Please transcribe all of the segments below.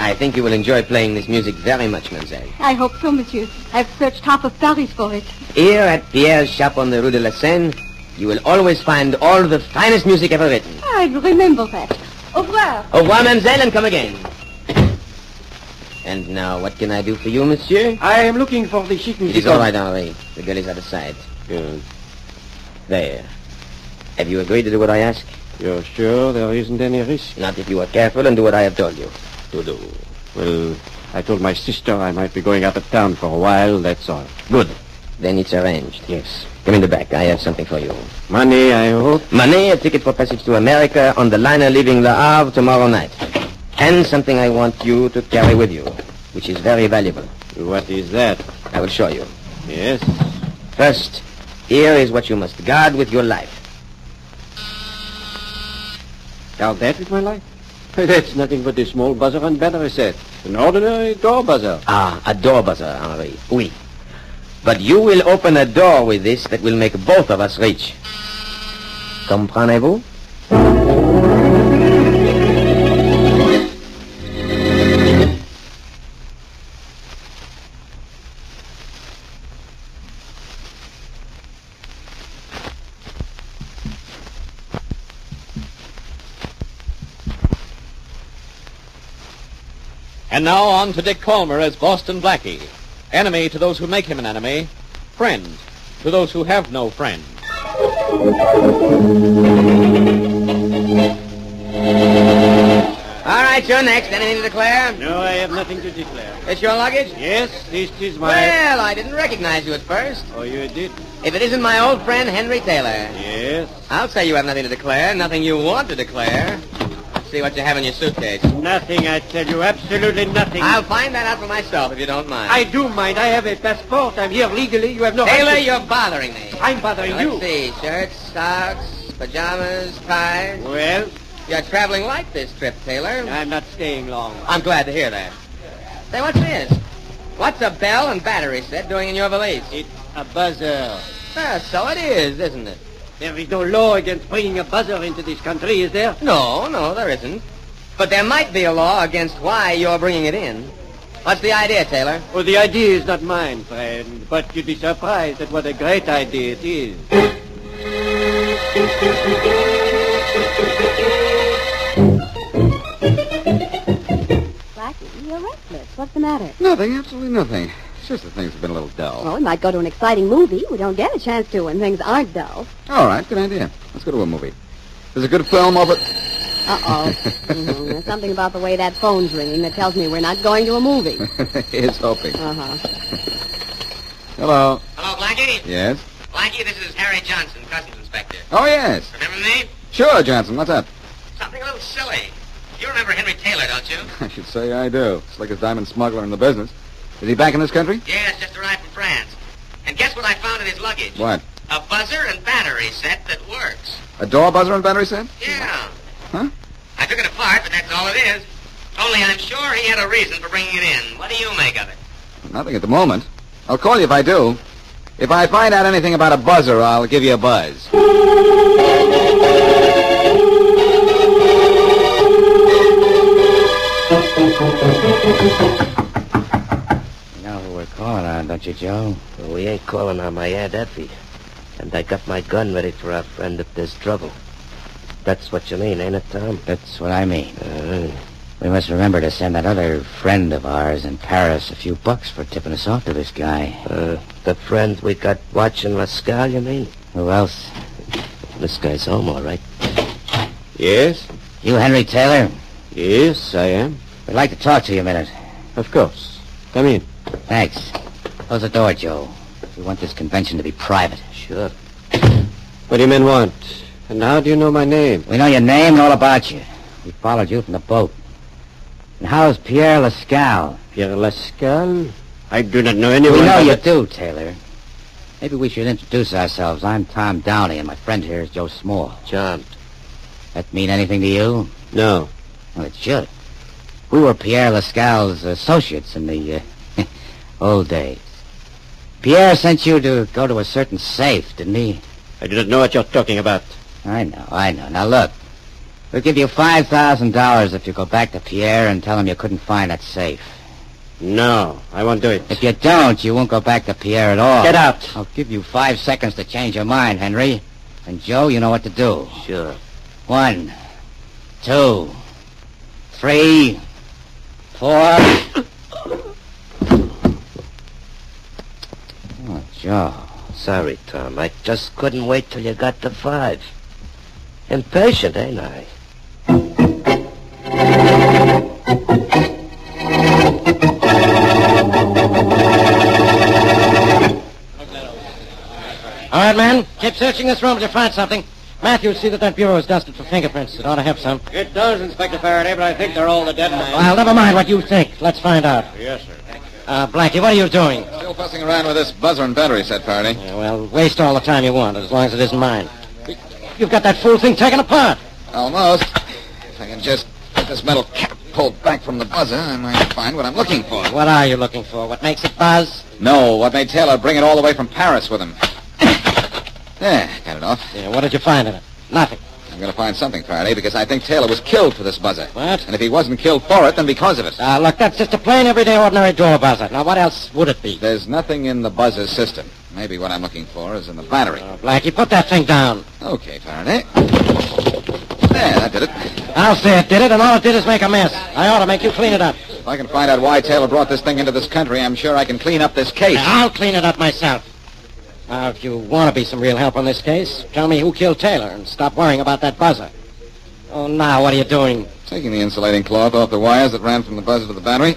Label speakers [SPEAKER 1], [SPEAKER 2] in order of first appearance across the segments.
[SPEAKER 1] I think you will enjoy playing this music very much, mademoiselle.
[SPEAKER 2] I hope so, monsieur. I've searched half of Paris for it.
[SPEAKER 1] Here at Pierre's shop on the Rue de la Seine, you will always find all the finest music ever written.
[SPEAKER 2] I'll remember that. Au revoir.
[SPEAKER 1] Au revoir, mademoiselle, and come again. And now, what can I do for you,
[SPEAKER 3] Ah,
[SPEAKER 1] monsieur?
[SPEAKER 4] I am looking for the chic
[SPEAKER 1] It
[SPEAKER 4] music.
[SPEAKER 1] is all right, Henri. The girl is out of sight.
[SPEAKER 4] Yes,
[SPEAKER 1] There. Have you agreed to do what I ask?
[SPEAKER 4] You're sure there isn't any risk
[SPEAKER 1] Not if you are careful and do what I have told you to do.
[SPEAKER 4] Well, I told my sister I might be going out of town for a while, that's all.
[SPEAKER 1] Good. Then it's arranged.
[SPEAKER 4] Yes.
[SPEAKER 1] Come in the back. I have something for you.
[SPEAKER 4] Money, I hope.
[SPEAKER 1] Money, a ticket for passage to America on the liner leaving Le Havre tomorrow night. And something I want you to carry with you, which is very valuable.
[SPEAKER 4] What is that?
[SPEAKER 1] I will show you.
[SPEAKER 4] Yes.
[SPEAKER 1] First, here is what you must guard with your life.
[SPEAKER 4] Count that with my life? That's nothing but a small buzzer and battery set. An ordinary door buzzer.
[SPEAKER 1] Ah, a door buzzer, Henri. Oui. But you will open a door with this that will make both of us rich. Comprenez-vous?
[SPEAKER 5] And now on to Dick Calmer as Boston Blackie. Enemy to those who make him an enemy. Friend to those who have no friend.
[SPEAKER 1] All right, you're next. Anything to declare?
[SPEAKER 4] No, I have nothing to declare.
[SPEAKER 1] It's your luggage?
[SPEAKER 4] Yes, this is my...
[SPEAKER 1] Well, I didn't recognize you at first.
[SPEAKER 4] Oh, you didn't?
[SPEAKER 1] If it isn't my old friend Henry Taylor.
[SPEAKER 4] Yes.
[SPEAKER 1] I'll say you have nothing to declare, nothing you want to declare. See what you have in your suitcase.
[SPEAKER 4] Nothing, I tell you. Absolutely nothing.
[SPEAKER 1] I'll find that out for myself if you don't mind.
[SPEAKER 4] I do mind. I have a passport. I'm here legally. You have no...
[SPEAKER 1] Taylor,
[SPEAKER 4] right to-
[SPEAKER 1] you're bothering me.
[SPEAKER 4] I'm bothering
[SPEAKER 1] Now,
[SPEAKER 4] you.
[SPEAKER 1] Let's see. Shirts, socks, pajamas, ties.
[SPEAKER 4] Well,
[SPEAKER 1] You're traveling light this trip, Taylor.
[SPEAKER 4] I'm not staying long.
[SPEAKER 1] I'm glad to hear that. Say, what's this? What's a bell and battery set doing in your valise?
[SPEAKER 4] It's a buzzer.
[SPEAKER 1] Ah, so it is, isn't it?
[SPEAKER 4] There is no law against bringing a buzzer into this country, is there?
[SPEAKER 1] No, no, there isn't. But there might be a law against why you're bringing it in. What's the idea, Taylor?
[SPEAKER 4] Well, the idea is not mine, friend, but you'd be surprised at what a great idea it is.
[SPEAKER 2] What's the matter?
[SPEAKER 4] Nothing, absolutely nothing. It's just that things have been a little dull.
[SPEAKER 2] Well, we might go to an exciting movie. We don't get a chance to when things aren't dull.
[SPEAKER 4] All right, good idea. Let's go to a movie. There's a good film over...
[SPEAKER 2] Uh-oh. Mhm. There's something about the way that phone's ringing that tells me we're not going to a movie.
[SPEAKER 4] Here's hoping.
[SPEAKER 2] Uh-huh.
[SPEAKER 4] Hello.
[SPEAKER 1] Hello, Blackie.
[SPEAKER 4] Yes?
[SPEAKER 1] Blackie, this is Harry Johnson, Customs Inspector.
[SPEAKER 4] Oh, yes.
[SPEAKER 1] Remember me?
[SPEAKER 4] Sure, Johnson. What's up?
[SPEAKER 1] Something a little silly. You remember Henry Taylor, don't you?
[SPEAKER 4] I should say I do. Slickest diamond smuggler in the business. Is he back in this country?
[SPEAKER 1] Yes, just arrived from France. And guess what I found in his luggage?
[SPEAKER 4] What?
[SPEAKER 1] A buzzer and battery set that works.
[SPEAKER 4] A door buzzer and battery set?
[SPEAKER 1] Yeah.
[SPEAKER 4] Huh?
[SPEAKER 1] I took it apart, but that's all it is. Only I'm sure he had a reason for bringing it in. What do you make of it?
[SPEAKER 4] Nothing at the moment. I'll call you if I do. If I find out anything about a buzzer, I'll give you a buzz.
[SPEAKER 1] You know who we're calling on, don't you, Joe? Well, we ain't calling on my Aunt Effie. And I got my gun ready for our friend if there's trouble. That's what you mean, ain't it, Tom? Uh-huh. That's what I mean. we must remember to send that other friend of ours in Paris a few bucks for tipping us off to this guy. Uh, the friend we got watching Lascaux, you mean? Who else? This guy's home, all right.
[SPEAKER 4] Yes?
[SPEAKER 1] You Henry Taylor?
[SPEAKER 4] Yes, I am.
[SPEAKER 1] We'd like to talk to you a minute.
[SPEAKER 4] Of course. Come in.
[SPEAKER 1] Thanks. Close the door, Joe. We want this convention to be private. Sure.
[SPEAKER 4] What do you men want? And how do you know my name?
[SPEAKER 1] We know your name and all about you. We followed you from the boat. And how's Pierre Lascaux?
[SPEAKER 4] Pierre Lascal? I do not know anyone.
[SPEAKER 1] We know you do, Taylor. Maybe we should introduce ourselves. I'm Tom Downey, and my friend here is Joe Small. John. That mean anything to you?
[SPEAKER 4] No.
[SPEAKER 1] Well, it should. We were Pierre Lascal's associates in the uh, old days. Pierre sent you to go to a certain safe, didn't he?
[SPEAKER 4] I do not know what you're talking about.
[SPEAKER 1] I know, I know. Now look, we'll give you five thousand dollars if you go back to Pierre and tell him you couldn't find that safe.
[SPEAKER 4] No, I won't do it.
[SPEAKER 1] If you don't, you won't go back to Pierre at all.
[SPEAKER 4] Get out.
[SPEAKER 1] I'll give you five seconds to change your mind, Henry. And Joe, you know what to do. Sure. One, two, three, four. oh, Joe. Sorry, Tom. I just couldn't wait till you got to five. Impatient, ain't I?
[SPEAKER 3] All right, man. Keep searching this room till you find something. Matthew, see that that bureau is dusted for fingerprints. It ought to have some.
[SPEAKER 4] It does, Inspector Faraday, but I think they're all the dead man.
[SPEAKER 3] Well, never mind what you think. Let's find out.
[SPEAKER 4] Yes, sir.
[SPEAKER 3] Uh, Blackie, what are you doing? Uh,
[SPEAKER 4] Still fussing around with this buzzer and battery set, Faraday.
[SPEAKER 3] well, waste all the time you want, as long as it isn't mine. You've got that fool thing taken apart.
[SPEAKER 4] Almost. If I can just get this metal cap pulled back from the buzzer, I might find what I'm looking for.
[SPEAKER 3] What are you looking for? What makes it buzz?
[SPEAKER 4] No, what made Taylor bring it all the way from Paris with him? there, got it off.
[SPEAKER 3] Yeah, what did you find in it? Nothing.
[SPEAKER 4] I'm going to find something, Faraday, because I think Taylor was killed for this buzzer.
[SPEAKER 3] What?
[SPEAKER 4] And if he wasn't killed for it, then because of it.
[SPEAKER 3] Uh, look, that's just a plain, everyday, ordinary door buzzer. Now, what else would it be?
[SPEAKER 4] There's nothing in the buzzer system. Maybe what I'm looking for is in the battery.
[SPEAKER 3] Oh, Blackie, put that thing down.
[SPEAKER 4] Okay, Faraday. There, that did it.
[SPEAKER 3] I'll say it did it, and all it did is make a mess. I ought to make you clean it up.
[SPEAKER 4] If I can find out why Taylor brought this thing into this country, I'm sure I can clean up this case.
[SPEAKER 3] Now, I'll clean it up myself. Now, if you want to be some real help on this case, tell me who killed Taylor and stop worrying about that buzzer. Oh, now, what are you doing?
[SPEAKER 4] Taking the insulating cloth off the wires that ran from the buzzer to the battery,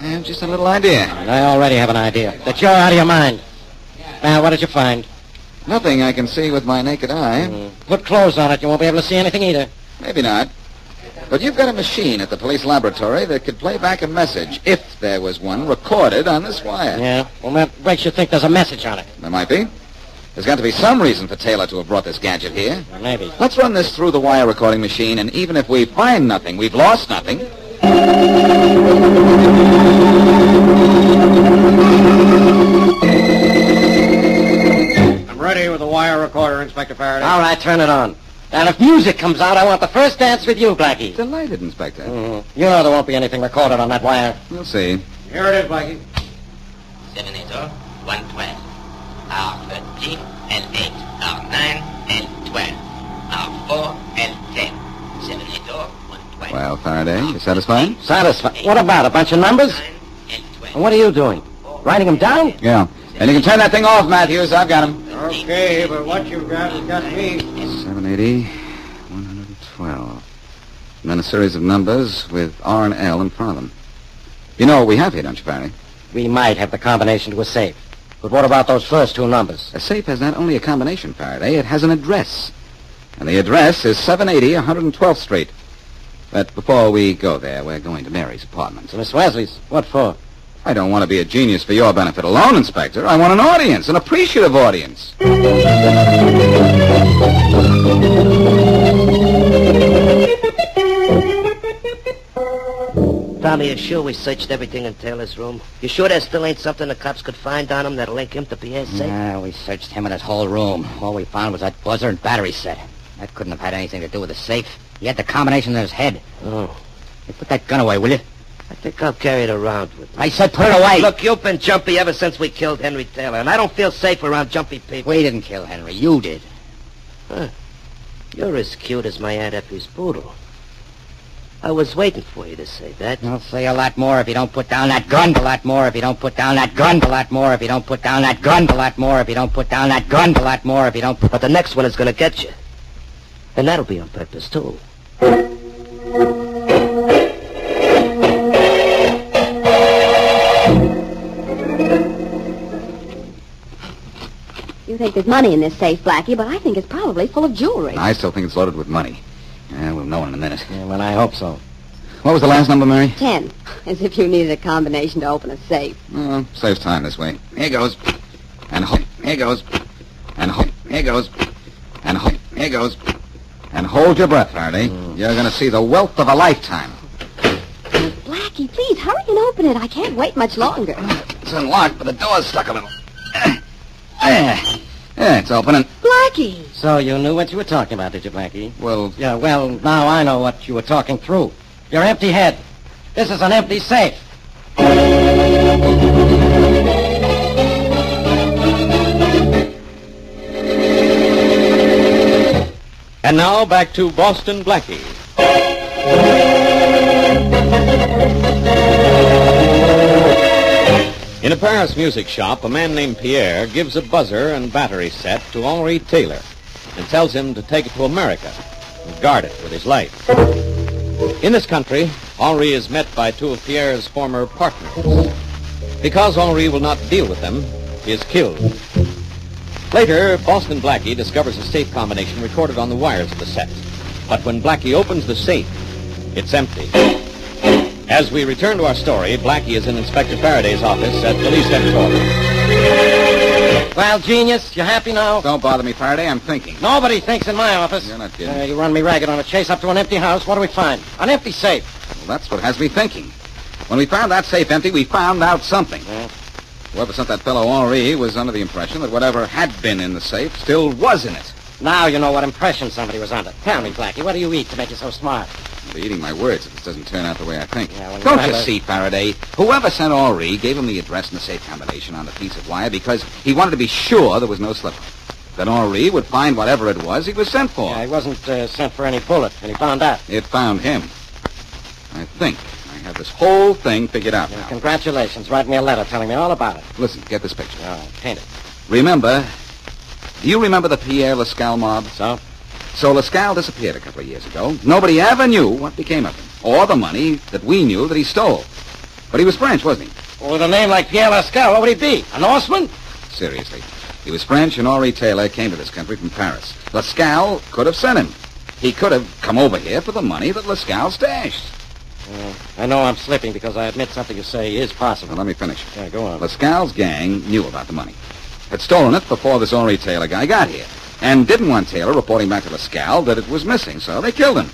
[SPEAKER 4] I have just a little idea.
[SPEAKER 3] I already have an idea that you're out of your mind. Now, what did you find? Hmm.
[SPEAKER 4] Nothing I can see with my naked eye.
[SPEAKER 3] Put clothes on it. You won't be able to see anything either.
[SPEAKER 4] Maybe not. But you've got a machine at the police laboratory that could play back a message, if there was one, recorded on this wire.
[SPEAKER 3] Yeah? Well, that makes you think there's a message on it.
[SPEAKER 4] There might be. There's got to be some reason for Taylor to have brought this gadget here.
[SPEAKER 3] Well, maybe.
[SPEAKER 4] Let's run this through the wire recording machine, and even if we find nothing, we've lost nothing.
[SPEAKER 3] I'm ready with the wire recorder, Inspector Faraday.
[SPEAKER 4] Ah.
[SPEAKER 3] All right, turn it on. And if music comes out, I want the first dance with you, Blackie.
[SPEAKER 4] Delighted, Inspector.
[SPEAKER 3] Mhm. You know there won't be anything recorded on that wire.
[SPEAKER 4] We'll see.
[SPEAKER 3] Here it is, Blackie.
[SPEAKER 1] Seven is all, one twelve. Our thirteen, L eight, our nine, L twelve. Our four, L ten. Seven is all, one twelve.
[SPEAKER 4] Well, Faraday, you satisfied?
[SPEAKER 3] Satisfied. What about a bunch of numbers? And what are you doing? Writing them down?
[SPEAKER 4] Yeah. And you can turn that thing off, Matthews. I've got him.
[SPEAKER 3] Okay, but what you've got has got me.
[SPEAKER 4] 780, 112. And then a series of numbers with R and L in front of them. You know what we have here, don't you, Barry?
[SPEAKER 3] We might have the combination to a safe. But what about those first two numbers?
[SPEAKER 4] A safe has not only a combination, Faraday, it has an address. And the address is 780 112th Street. But before we go there, we're going to Mary's apartment.
[SPEAKER 3] To Miss Wesley's. What for?
[SPEAKER 4] I don't want to be a genius for your benefit alone, Inspector. I want an audience, an appreciative audience.
[SPEAKER 1] Tommy, you sure we searched everything in Taylor's room? You sure there still ain't something the cops could find on him that'll link him to Pierre's safe?
[SPEAKER 3] Yeah, we searched him and his whole room. All we found was that buzzer and battery set. That couldn't have had anything to do with the safe. He had the combination in his head.
[SPEAKER 1] Oh,
[SPEAKER 3] Hey, put that gun away, will you?
[SPEAKER 1] I think I'll carry it around with me.
[SPEAKER 3] I said put it away.
[SPEAKER 1] Look, you've been jumpy ever since we killed Henry Taylor, and I don't feel safe around jumpy people.
[SPEAKER 3] we didn't kill Henry. You did.
[SPEAKER 1] You're as cute as my Aunt Effie's poodle. I was waiting for you to say that.
[SPEAKER 3] I'll say a lot more if you don't put down that gun. A lot more if you don't put down that gun. A lot more if you don't put down that gun. A lot more if you don't put down that gun. A lot more if you don't.
[SPEAKER 1] But the next one is going to get you. And that'll be on purpose, too.
[SPEAKER 2] You think there's money in this safe, Blackie, but I think it's probably full of jewelry.
[SPEAKER 4] And I still think it's loaded with money. Yeah, we'll know in a minute.
[SPEAKER 3] Yeah, well, I hope so.
[SPEAKER 4] What was the last number, Mary?
[SPEAKER 2] Ten. As if you needed a combination to open a safe.
[SPEAKER 4] Well, Mm, saves time this way. Here goes. And ho- here goes. And ho- here goes. And ho- here goes. And hold your breath, Faraday. You're going to see the wealth of a lifetime.
[SPEAKER 2] Blackie, please hurry and open it. I can't wait much longer.
[SPEAKER 4] It's unlocked, but the door's stuck a little. There. Yeah, it's opening.
[SPEAKER 2] Blackie!
[SPEAKER 3] So you knew what you were talking about, did you, Blackie?
[SPEAKER 4] Well,
[SPEAKER 3] Yeah, well, now I know what you were talking through. Your empty head. This is an empty safe.
[SPEAKER 5] And now back to Boston Blackie. In a Paris music shop, a man named Pierre gives a buzzer and battery set to Henri Taylor and tells him to take it to America and guard it with his life. In this country, Henri is met by two of Pierre's former partners. Because Henri will not deal with them, he is killed. Later, Boston Blackie discovers a safe combination recorded on the wires of the set. But when Blackie opens the safe, it's empty. As we return to our story, Blackie is in Inspector Faraday's office at police headquarters.
[SPEAKER 3] Well, genius, you happy now?
[SPEAKER 4] don't bother me, Faraday. I'm thinking.
[SPEAKER 3] Nobody thinks in my office.
[SPEAKER 4] You're not kidding.
[SPEAKER 3] Uh, you run me ragged on a chase up to an empty house. What do we find? An empty safe.
[SPEAKER 4] Well, that's what has me thinking. When we found that safe empty, we found out something. Whoever sent that fellow Henri was under the impression that whatever had been in the safe still was in it.
[SPEAKER 3] Now you know what impression somebody was under. Tell me, Blackie, what do you eat to make you so smart?
[SPEAKER 4] I'll be eating my words if this doesn't turn out the way I think.
[SPEAKER 3] Yeah, well,
[SPEAKER 4] Don't
[SPEAKER 3] you
[SPEAKER 4] you
[SPEAKER 3] might, uh,
[SPEAKER 4] see, Faraday? Whoever sent Henri gave him the address and the safe combination on the piece of wire because he wanted to be sure there was no slip. Then Henri would find whatever it was he was sent for.
[SPEAKER 3] Yeah, he wasn't uh, sent for any bullet, and he found out.
[SPEAKER 4] It found him. I think I have this whole thing figured out now.
[SPEAKER 3] Congratulations. Write me a letter telling me all about it.
[SPEAKER 4] Listen, get this picture.
[SPEAKER 3] All right, paint it.
[SPEAKER 4] Remember, do you remember the Pierre Lascal mob?
[SPEAKER 3] So?
[SPEAKER 4] So Lascal disappeared a couple of years ago. Nobody ever knew what became of him, or the money that we knew that he stole. But he was French, wasn't he?
[SPEAKER 3] Well, with a name like Pierre Lascar, what would he be? A Norseman?
[SPEAKER 4] Seriously. He was French, and Henri Taylor came to this country from Paris. Lascal could have sent him. He could have come over here for the money that Lascal stashed.
[SPEAKER 3] I know I'm slipping because I admit something you say is
[SPEAKER 4] Now,
[SPEAKER 3] possible.
[SPEAKER 4] let me finish.
[SPEAKER 3] Yeah, go on.
[SPEAKER 4] Lascal's gang knew about the money. Had stolen it before this Henri Taylor guy got here. And didn't want Taylor reporting back to Lascal that it was missing, so they killed him.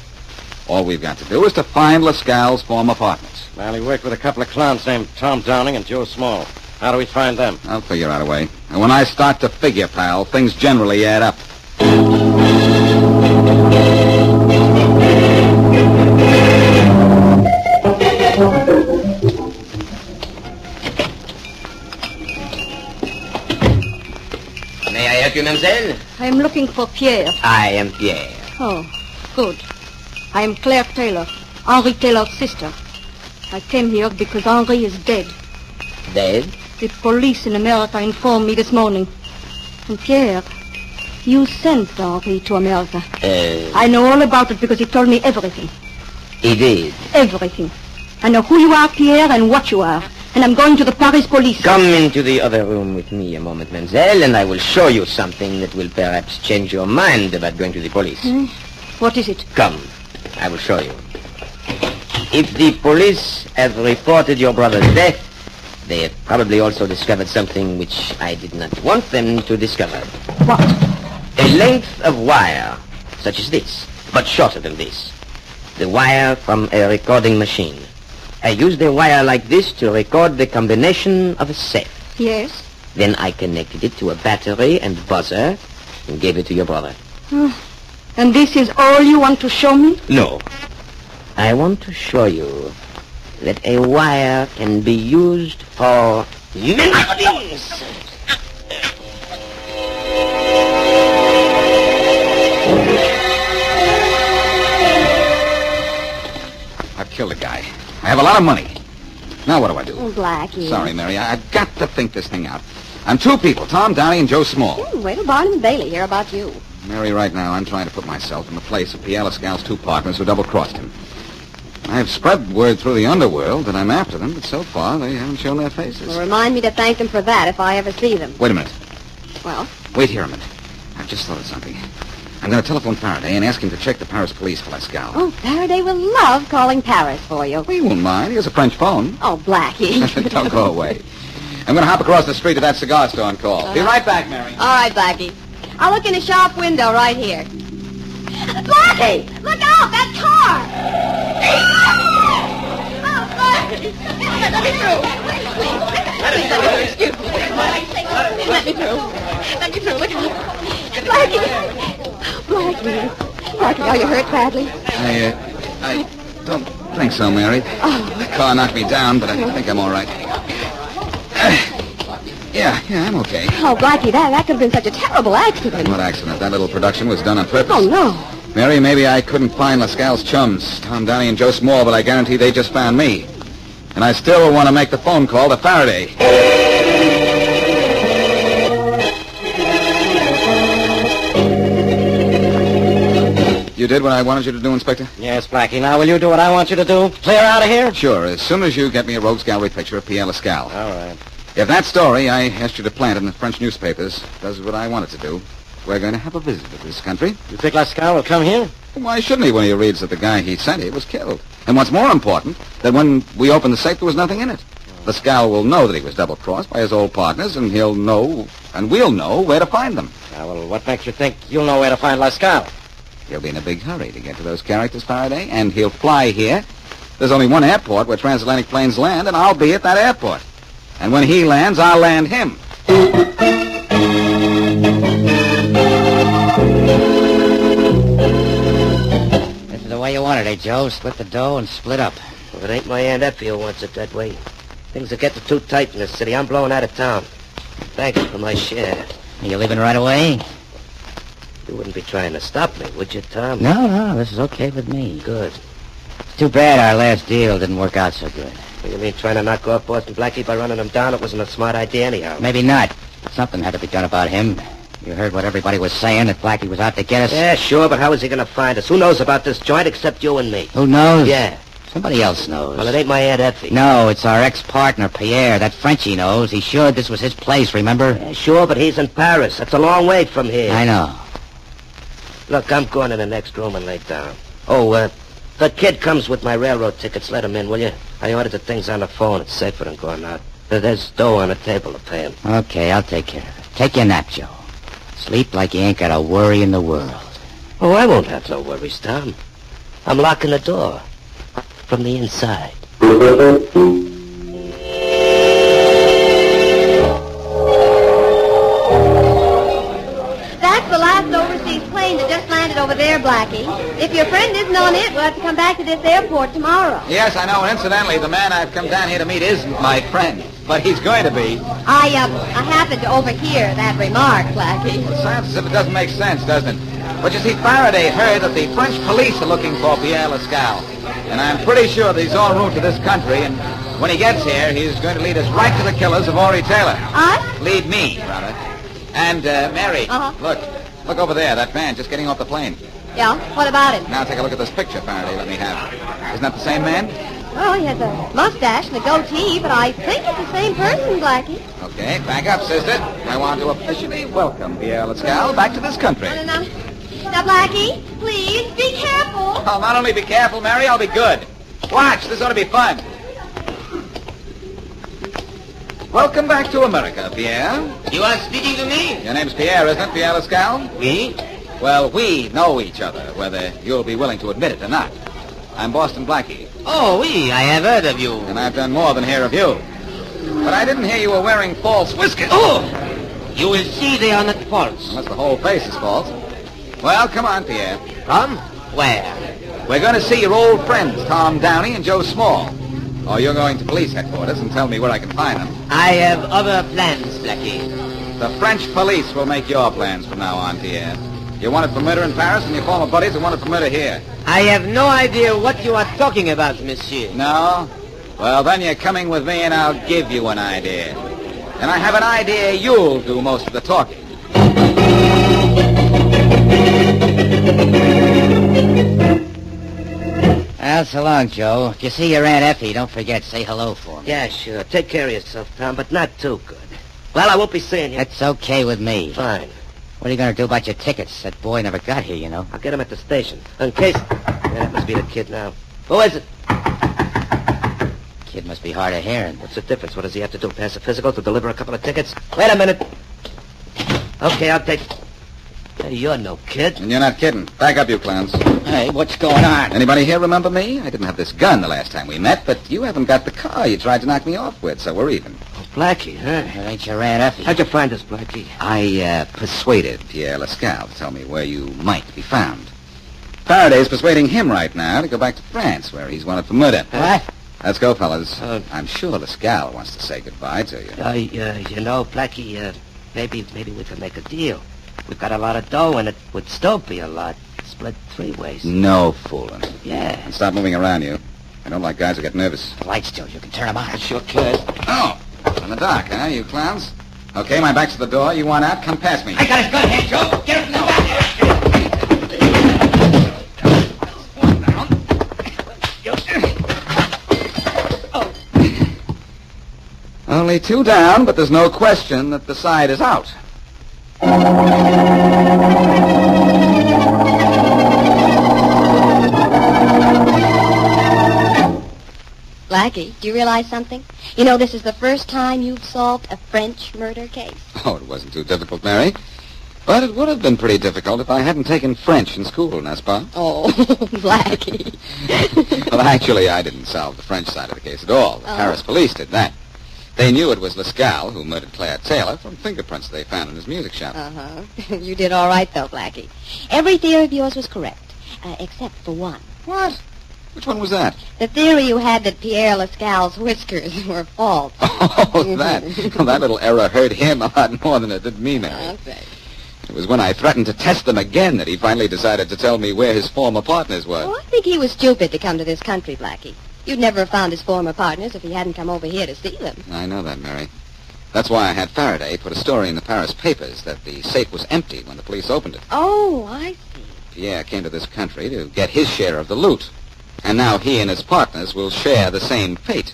[SPEAKER 4] All we've got to do is to find Lascal's former partners.
[SPEAKER 3] Well, he worked with a couple of clowns named Tom Downing and Joe Small. How do we find them?
[SPEAKER 4] I'll figure out a way. And when I start to figure, pal, things generally add up.
[SPEAKER 1] May I help you, mademoiselle?
[SPEAKER 2] I'm looking for Pierre.
[SPEAKER 1] I am Pierre.
[SPEAKER 2] Oh, good. I'm Claire Taylor, Henri Taylor's sister. I came here because Henri is dead.
[SPEAKER 1] Dead?
[SPEAKER 6] The police in America informed me this morning. And Pierre, you sent Henri to America.
[SPEAKER 1] Uh,
[SPEAKER 6] I know all about it because he told me everything.
[SPEAKER 1] he did.
[SPEAKER 6] Everything. I know who you are, Pierre, and what you are. And I'm going to the Paris police.
[SPEAKER 1] Come into the other room with me a moment, mademoiselle, and I will show you something that will perhaps change your mind about going to the police.
[SPEAKER 6] What is it?
[SPEAKER 1] Come, I will show you. If the police have reported your brother's death, they have probably also discovered something which I did not want them to discover.
[SPEAKER 6] What?
[SPEAKER 1] A length of wire, such as this, but shorter than this. The wire from a recording machine. I used a wire like this to record the combination of a safe.
[SPEAKER 6] Yes?
[SPEAKER 1] Then I connected it to a battery and buzzer and gave it to your brother.
[SPEAKER 6] And this is all you want to show me?
[SPEAKER 1] No. I want to show you that a wire can be used for many things.
[SPEAKER 4] I've killed a guy. I have a lot of money. Now what do I do?
[SPEAKER 2] Oh, Blackie.
[SPEAKER 4] Sorry, Mary. I- I've got to think this thing out. I'm two people, Tom Downey and Joe Small.
[SPEAKER 2] Hmm, Wait till Barnum and Bailey hear about you.
[SPEAKER 4] Mary, right now, I'm trying to put myself in the place of Pierre Lascalle's two partners who double-crossed him. I have spread word through the underworld that I'm after them, but so far they haven't shown their faces.
[SPEAKER 2] Well, remind me to thank them for that if I ever see them.
[SPEAKER 4] Wait a minute.
[SPEAKER 2] Well,
[SPEAKER 4] Wait here a minute. I've just thought of something. I'm going to telephone Faraday and ask him to check the Paris police for Lascale.
[SPEAKER 2] oh, Faraday will love calling Paris for you.
[SPEAKER 4] He won't mind. He has a French phone.
[SPEAKER 2] Oh, Blackie.
[SPEAKER 4] Don't go away. I'm going to hop across the street to that cigar store and call. Be right back, Mary.
[SPEAKER 2] All right, Blackie. I'll look in a shop window right here. Blackie! Look out! That car! Oh, Blackie! Let me through. Please, Let me through. Excuse me. Let me through. Let me through. Look out. Blackie! Blackie. Blackie, are you hurt badly?
[SPEAKER 4] I, uh, I don't think so, Mary. The car knocked me down, but I think I'm all right. Uh, yeah, yeah, I'm okay.
[SPEAKER 2] Oh, Blackie, that, that could have been such a terrible accident.
[SPEAKER 4] What accident? That little production was done on purpose.
[SPEAKER 2] Oh, no.
[SPEAKER 4] Mary, maybe I couldn't find Lascalle's chums, Tom Downey and Joe Small, but I guarantee they just found me. And I still want to make the phone call to Faraday. You did what I wanted you to do, Inspector?
[SPEAKER 3] Yes, Blackie. Now, will you do what I want you to do? Clear out of here?
[SPEAKER 4] Sure, as soon as you get me a rogues gallery picture of Pierre Lascalle.
[SPEAKER 3] All right.
[SPEAKER 4] If that story I asked you to plant in the French newspapers does what I want it to do, we're going to have a visit to this country.
[SPEAKER 3] You think Lascar will come here?
[SPEAKER 4] Why shouldn't he when he reads that the guy he sent here was killed? And what's more important, that when we opened the safe, there was nothing in it. The scowl will know that he was double-crossed by his old partners, and he'll know, and we'll know where to find them.
[SPEAKER 3] Now, Ah, well, what makes you think you'll know where to find Lascar?
[SPEAKER 4] He'll be in a big hurry to get to those characters, Faraday, and he'll fly here. There's only one airport where transatlantic planes land, and I'll be at that airport. And when he lands, I'll land him.
[SPEAKER 3] This is the way you wanted it, eh, Joe. Split the dough and split up.
[SPEAKER 1] Well, it ain't my Aunt Effie who wants it that way. Things are getting too tight in this city. I'm blowing out of town. Thank you for my share.
[SPEAKER 3] You leaving right away?
[SPEAKER 1] You wouldn't be trying to stop me, would you, Tom?
[SPEAKER 3] No, no, this is okay with me.
[SPEAKER 1] Good.
[SPEAKER 3] It's too bad our last deal didn't work out so good.
[SPEAKER 1] You mean trying to knock off Boston Blackie by running him down? It wasn't a smart idea anyhow.
[SPEAKER 3] Maybe not. Something had to be done about him. You heard what everybody was saying, that Blackie was out to get us.
[SPEAKER 1] Yeah, sure, but how is he going to find us? Who knows about this joint except you and me?
[SPEAKER 3] Who knows?
[SPEAKER 1] Yeah.
[SPEAKER 3] Somebody else knows.
[SPEAKER 1] Well, it ain't my Aunt Effie.
[SPEAKER 3] No, it's our ex-partner, Pierre. That Frenchie knows. He should. This was his place, remember?
[SPEAKER 1] Yeah, sure, but he's in Paris. That's a long way from here.
[SPEAKER 3] I know.
[SPEAKER 1] Look, I'm going to the next room and lay down. Oh, uh, the kid comes with my railroad tickets. Let him in, will you? I ordered the things on the phone. It's safer than going out. There- There's dough on the table to pay him.
[SPEAKER 3] Okay, I'll take care of it. Take your nap, Joe. Sleep like you ain't got a worry in the world.
[SPEAKER 1] Oh, I won't have no worries, Tom. I'm locking the door from the inside.
[SPEAKER 2] That's the last overseas plane that just landed over there, Blackie. If your friend isn't on it, we'll have to come back to this airport tomorrow.
[SPEAKER 4] Yes, I know. Incidentally, the man I've come down here to meet isn't my friend, but he's going to be.
[SPEAKER 2] I, uh, I happened to overhear that remark, Blackie.
[SPEAKER 4] It sounds as if it doesn't make sense, doesn't it? But you see, Faraday heard that the French police are looking for Pierre Lascalle. And I'm pretty sure that he's en route to this country, and When he gets here, he's going to lead us right to the killers of Ori Taylor.
[SPEAKER 2] Us?
[SPEAKER 4] Lead me, rather. And, uh, Mary,
[SPEAKER 2] Uh-huh.
[SPEAKER 4] look. Look over there, that man just getting off the plane.
[SPEAKER 2] Yeah? What about him?
[SPEAKER 4] Now take a look at this picture Faraday let me have. Isn't that the same man?
[SPEAKER 2] Well, he has a mustache and a goatee, but I think it's the same person, Blackie.
[SPEAKER 4] Okay, back up, sister. I want to officially welcome Pierre Lascal back to this country.
[SPEAKER 2] No, no, no. Now, Blackie, please be careful.
[SPEAKER 4] I'll not only be careful, Mary, I'll be good. Watch, this ought to be fun. Welcome back to America, Pierre.
[SPEAKER 1] You are speaking to me?
[SPEAKER 4] Your name's Pierre, isn't it, Pierre Lascal?
[SPEAKER 1] Me?
[SPEAKER 4] Well, we know each other, whether you'll be willing to admit it or not. I'm Boston Blackie,
[SPEAKER 1] Oh, we. I have heard of you.
[SPEAKER 4] and I've done more than hear of you. But I didn't hear you were wearing false whiskers.
[SPEAKER 1] Oh! You will see they are not false.
[SPEAKER 4] Unless the whole face is false. Well, come on, Pierre.
[SPEAKER 1] From where?
[SPEAKER 4] We're going to see your old friends, Tom Downey and Joe Small. Oh, you're going to police headquarters and tell me where I can find them.
[SPEAKER 1] I have other plans, Blackie.
[SPEAKER 4] The French police will make your plans from now on, Pierre. You're wanted for murder in Paris, and your former buddies are wanted for murder here.
[SPEAKER 1] I have no idea what you are talking about, monsieur.
[SPEAKER 4] No? Well, then you're coming with me, and I'll give you an idea. And I have an idea you'll do most of the talking.
[SPEAKER 3] Well, so long, Joe. If you see your Aunt Effie, don't forget, say hello for me.
[SPEAKER 1] Yeah, sure. Take care of yourself, Tom, but not too good. Well, I won't be seeing you.
[SPEAKER 3] That's okay with me.
[SPEAKER 1] fine.
[SPEAKER 3] What are you going to do about your tickets? That boy never got here, you know.
[SPEAKER 1] I'll get him at the station. In case... Yeah, that must be the kid now. Who is it?
[SPEAKER 3] Kid must be hard of hearing.
[SPEAKER 1] What's the difference? What does he have to do? Pass a physical to deliver a couple of tickets? Wait a minute. Okay, I'll take... Hey, you're no kid.
[SPEAKER 4] And you're not kidding. Back up, you clowns.
[SPEAKER 3] Hey, what's going on?
[SPEAKER 4] Anybody here remember me? I didn't have this gun the last time we met, but you haven't got the car you tried to knock me off with, so we're even.
[SPEAKER 1] Oh, Blackie,
[SPEAKER 3] It
[SPEAKER 1] huh?
[SPEAKER 3] ain't your Aunt Effie.
[SPEAKER 1] How'd you find us, Blackie?
[SPEAKER 4] I uh, persuaded Pierre Lascal to tell me where you might be found. Faraday's persuading him right now to go back to France, where he's wanted for murder.
[SPEAKER 3] What?
[SPEAKER 4] Let's go, fellas.
[SPEAKER 1] Uh,
[SPEAKER 4] I'm sure Lascal wants to say goodbye to you.
[SPEAKER 1] Uh, y- uh, you know, Blackie, uh, maybe maybe we can make a deal. We've got a lot of dough, and it would still be a lot. Split three ways.
[SPEAKER 4] No fooling.
[SPEAKER 1] Yeah.
[SPEAKER 4] And stop moving around, you. I don't like guys who get nervous.
[SPEAKER 3] The lights, Joe. You can turn them on.
[SPEAKER 1] Sure, kid.
[SPEAKER 4] Oh, in the dark, huh, you clowns? Okay, my back's to the door. You want out? Come past me.
[SPEAKER 1] got his gun here, Joe. Get him now.
[SPEAKER 4] Only two down, but there's no question that the side is out.
[SPEAKER 2] Blackie, do you realize something? You know, this is the first time you've solved a French murder case.
[SPEAKER 4] Oh, it wasn't too difficult, Mary. But it would have been pretty difficult if I hadn't taken French in school, n'est-ce pas?
[SPEAKER 2] Oh, Blackie.
[SPEAKER 4] well, actually, I didn't solve the French side of the case at all. The
[SPEAKER 2] Oh.
[SPEAKER 4] Paris police did that. They knew it was Lascal who murdered Claire Taylor from fingerprints they found in his music shop.
[SPEAKER 2] Uh-huh. you did all right, though, Blackie. Every theory of yours was correct, uh, except for one.
[SPEAKER 4] What? Which one was that?
[SPEAKER 2] The theory you had that Pierre Lascal's whiskers were false.
[SPEAKER 4] Oh, that. Well, that little error hurt him a lot more than it did me,
[SPEAKER 2] Uh.
[SPEAKER 4] Mary. It was when I threatened to test them again that he finally decided to tell me where his former partners were.
[SPEAKER 2] Well, Oh, I think he was stupid to come to this country, Blackie. You'd never have found his former partners if he hadn't come over here to see them.
[SPEAKER 4] I know that, Mary. That's why I had Faraday put a story in the Paris papers that the safe was empty when the police opened it.
[SPEAKER 2] Oh, I see.
[SPEAKER 4] Pierre came to this country to get his share of the loot. And now he and his partners will share the same fate.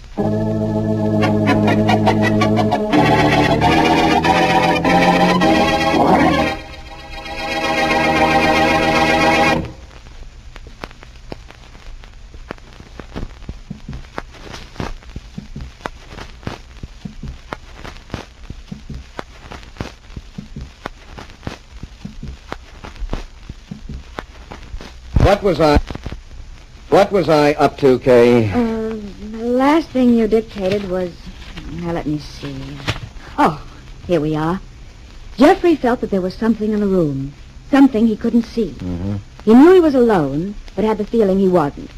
[SPEAKER 3] What was I... What was I up to, Kay?
[SPEAKER 7] the Um, last thing you dictated was. Now, let me see. Oh, here we are. Jeffrey felt that there was something in the room, something he couldn't see. He knew he was alone, but had the feeling he wasn't.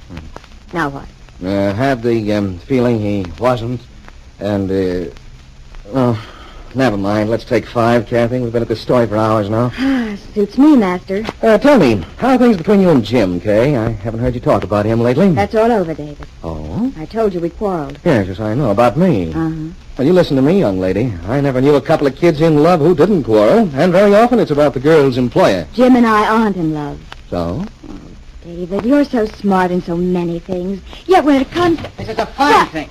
[SPEAKER 7] Now what?
[SPEAKER 3] Uh, had the um, feeling he wasn't, and uh, oh,
[SPEAKER 8] Never mind. Let's take five, Kathy. We've been at this story for hours now.
[SPEAKER 2] Ah, suits me, Master.
[SPEAKER 8] Uh, tell me, how are things between you and Jim, Kay? I haven't heard you talk about him lately.
[SPEAKER 2] That's all over, David.
[SPEAKER 8] Oh?
[SPEAKER 2] I told you we quarreled.
[SPEAKER 8] Yes, yes, I know. About me.
[SPEAKER 2] Uh-huh.
[SPEAKER 8] Well, you listen to me, young lady. I never knew a couple of kids in love who didn't quarrel, and very often it's about the girl's employer.
[SPEAKER 2] Jim and I aren't in love.
[SPEAKER 8] So?
[SPEAKER 2] David, you're so smart in so many things. Yet when it comes...
[SPEAKER 1] This is a fine thing.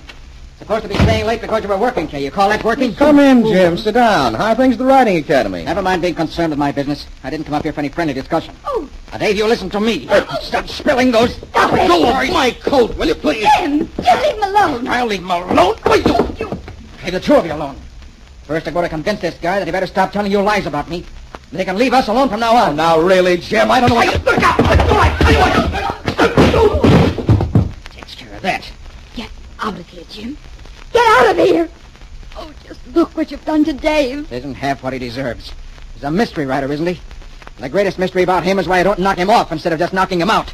[SPEAKER 1] Supposed to be staying late because you were working, Kay. You call that working?
[SPEAKER 8] Come in, Jim. Sit down. How are things at the Riding Academy?
[SPEAKER 1] Never mind being concerned with my business. I didn't come up here for any friendly discussion. Oh. Now, Dave, you listen to me. Stop spilling those... Stop
[SPEAKER 9] it.
[SPEAKER 1] my coat, will you, please?
[SPEAKER 9] Jim, Jim, leave him alone.
[SPEAKER 1] I'll leave him alone. Will you? Hey, the two of you alone. First, I'm going to convince this guy that he better stop telling you lies about me. They can leave us alone from now on.
[SPEAKER 8] now, really, Jim, I don't know what...
[SPEAKER 1] Look out! Takes care of that.
[SPEAKER 9] Out of here, Jim. Get out of here. Oh, just look what you've done to Dave.
[SPEAKER 1] Isn't half what he deserves. He's a mystery writer, isn't he? And the greatest mystery about him is why I don't knock him off instead of just knocking him out.